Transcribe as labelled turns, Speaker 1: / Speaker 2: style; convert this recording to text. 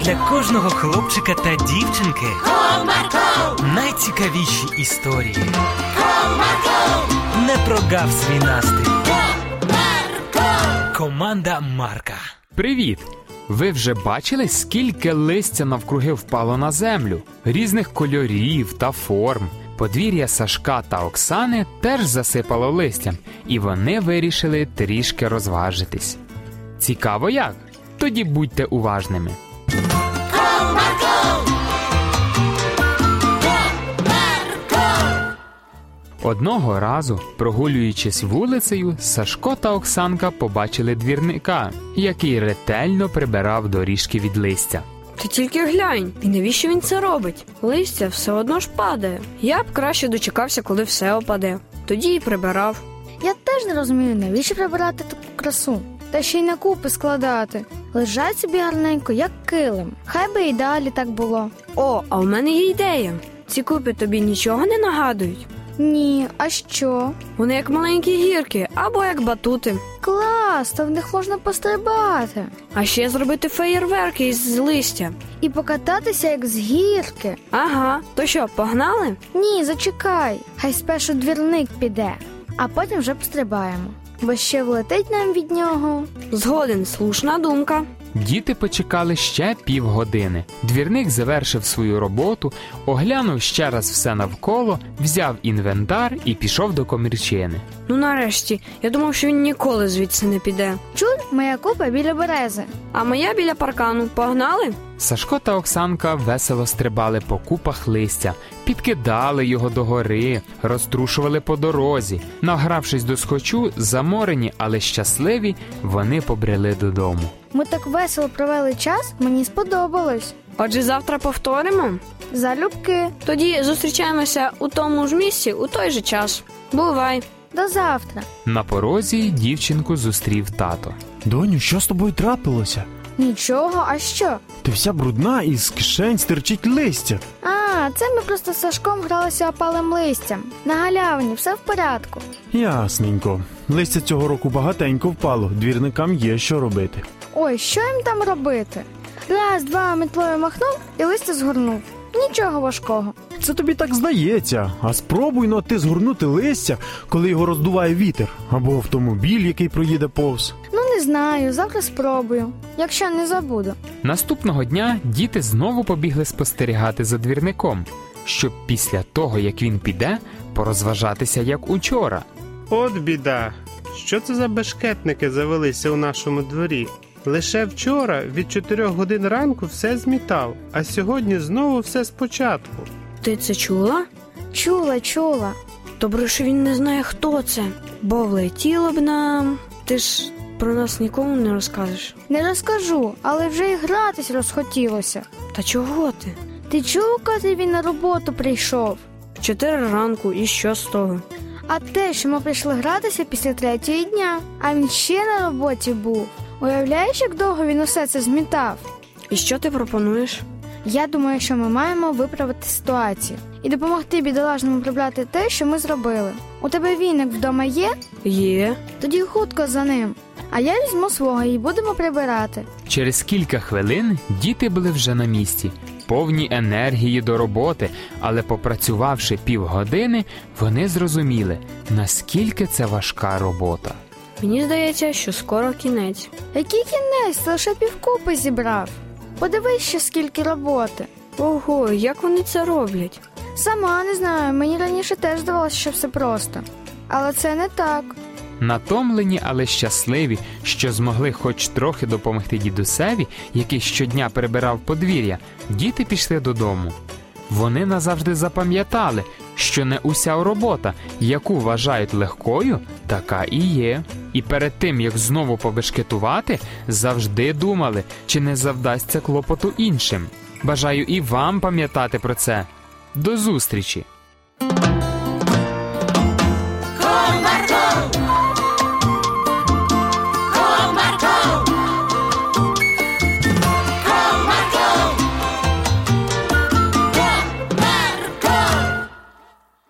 Speaker 1: для кожного хлопчика та дівчинки
Speaker 2: Marco,
Speaker 1: найцікавіші історії.
Speaker 2: con Marco,
Speaker 1: Не прогав свій настрій.
Speaker 2: Marco.
Speaker 1: Команда Марка.
Speaker 3: Привіт! Ви вже бачили, скільки листя навкруги впало на землю, різних кольорів та форм. Подвір'я Сашка та Оксани теж засипало листям, і вони вирішили трішки розважитись. Цікаво як? Тоді будьте уважними. Одного разу, прогулюючись вулицею, Сашко та Оксанка побачили двірника, який ретельно прибирав доріжки від листя.
Speaker 4: Ти тільки глянь, і навіщо він це робить? Листя все одно ж падає. Я б краще дочекався, коли все опаде. Тоді і прибирав.
Speaker 5: Я теж не розумію, навіщо прибирати таку красу. Та ще й на купи складати. Лежать собі гарненько, як килим. Хай би і далі так було.
Speaker 4: О, а в мене є ідея. Ці купи тобі нічого не нагадують.
Speaker 5: Ні, а що?
Speaker 4: Вони як маленькі гірки або як батути.
Speaker 5: Клас, та в них можна пострибати.
Speaker 4: А ще зробити феєрверки із листя.
Speaker 5: І покататися як з гірки.
Speaker 4: Ага, то що, погнали?
Speaker 5: Ні, зачекай. Хай спершу двірник піде, а потім вже пострибаємо. Бо ще влетить нам від нього.
Speaker 4: Згоден, слушна думка.
Speaker 3: Діти почекали ще півгодини. Двірник завершив свою роботу, оглянув ще раз все навколо, взяв інвентар і пішов до комірчини.
Speaker 4: Ну нарешті, я думав, що він ніколи звідси не піде.
Speaker 5: Чуй, моя купа біля берези.
Speaker 4: А моя біля паркану, погнали?
Speaker 3: Сашко та Оксанка весело стрибали по купах листя, підкидали його догори, розтрушували по дорозі. Награвшись до схочу, заморені, але щасливі, вони побрели додому.
Speaker 5: Ми так весело провели час, мені сподобалось.
Speaker 4: Отже, завтра повторимо.
Speaker 5: Залюбки.
Speaker 4: Тоді зустрічаємося у тому ж місці у той же час. Бувай!
Speaker 5: До завтра.
Speaker 3: На порозі дівчинку зустрів тато.
Speaker 6: Доню, що з тобою трапилося?
Speaker 5: Нічого, а що?
Speaker 6: Ти вся брудна і з кишень стирчить листя.
Speaker 5: А, це ми просто з Сашком гралися опалим листям. На галявині, все в порядку.
Speaker 6: Ясненько. Листя цього року багатенько впало, двірникам є що робити.
Speaker 5: Ой, що їм там робити? Раз, два метлою махнув і листя згорнув. Нічого важкого.
Speaker 6: Це тобі так здається. А спробуй но ти згорнути листя, коли його роздуває вітер, або автомобіль, який проїде повз.
Speaker 5: Ну не знаю, завтра спробую, якщо не забуду.
Speaker 3: Наступного дня діти знову побігли спостерігати за двірником, щоб після того, як він піде, порозважатися як учора.
Speaker 7: От біда. Що це за бешкетники завелися у нашому дворі? Лише вчора від 4 годин ранку все змітав, а сьогодні знову все спочатку.
Speaker 4: Ти це чула?
Speaker 5: Чула, чула.
Speaker 4: Добре, що він не знає, хто це, бо влетіло б нам. Ти ж про нас нікому не розкажеш.
Speaker 5: Не розкажу, але вже і гратись розхотілося.
Speaker 4: Та чого ти?
Speaker 5: Ти чув, коли він на роботу прийшов?
Speaker 4: В Чотири ранку і що з того?
Speaker 5: А те, що ми прийшли гратися після третього дня, а він ще на роботі був. Уявляєш, як довго він усе це змітав?
Speaker 4: І що ти пропонуєш?
Speaker 5: Я думаю, що ми маємо виправити ситуацію і допомогти бідолажному прибрати те, що ми зробили. У тебе віник вдома є,
Speaker 4: Є.
Speaker 5: тоді хутко за ним. А я візьму свого і будемо прибирати.
Speaker 3: Через кілька хвилин діти були вже на місці, повні енергії до роботи, але попрацювавши півгодини, вони зрозуміли, наскільки це важка робота.
Speaker 4: Мені здається, що скоро кінець.
Speaker 5: Який кінець, ти лише півкупи зібрав. Подивись ще скільки роботи.
Speaker 4: Ого, як вони це роблять?
Speaker 5: Сама не знаю, мені раніше теж здавалося, що все просто. Але це не так.
Speaker 3: Натомлені, але щасливі, що змогли хоч трохи допомогти дідусеві, який щодня перебирав подвір'я, діти пішли додому. Вони назавжди запам'ятали, що не уся робота, яку вважають легкою, така і є. І перед тим, як знову побешкетувати, завжди думали, чи не завдасться клопоту іншим. Бажаю і вам пам'ятати про це. До зустрічі!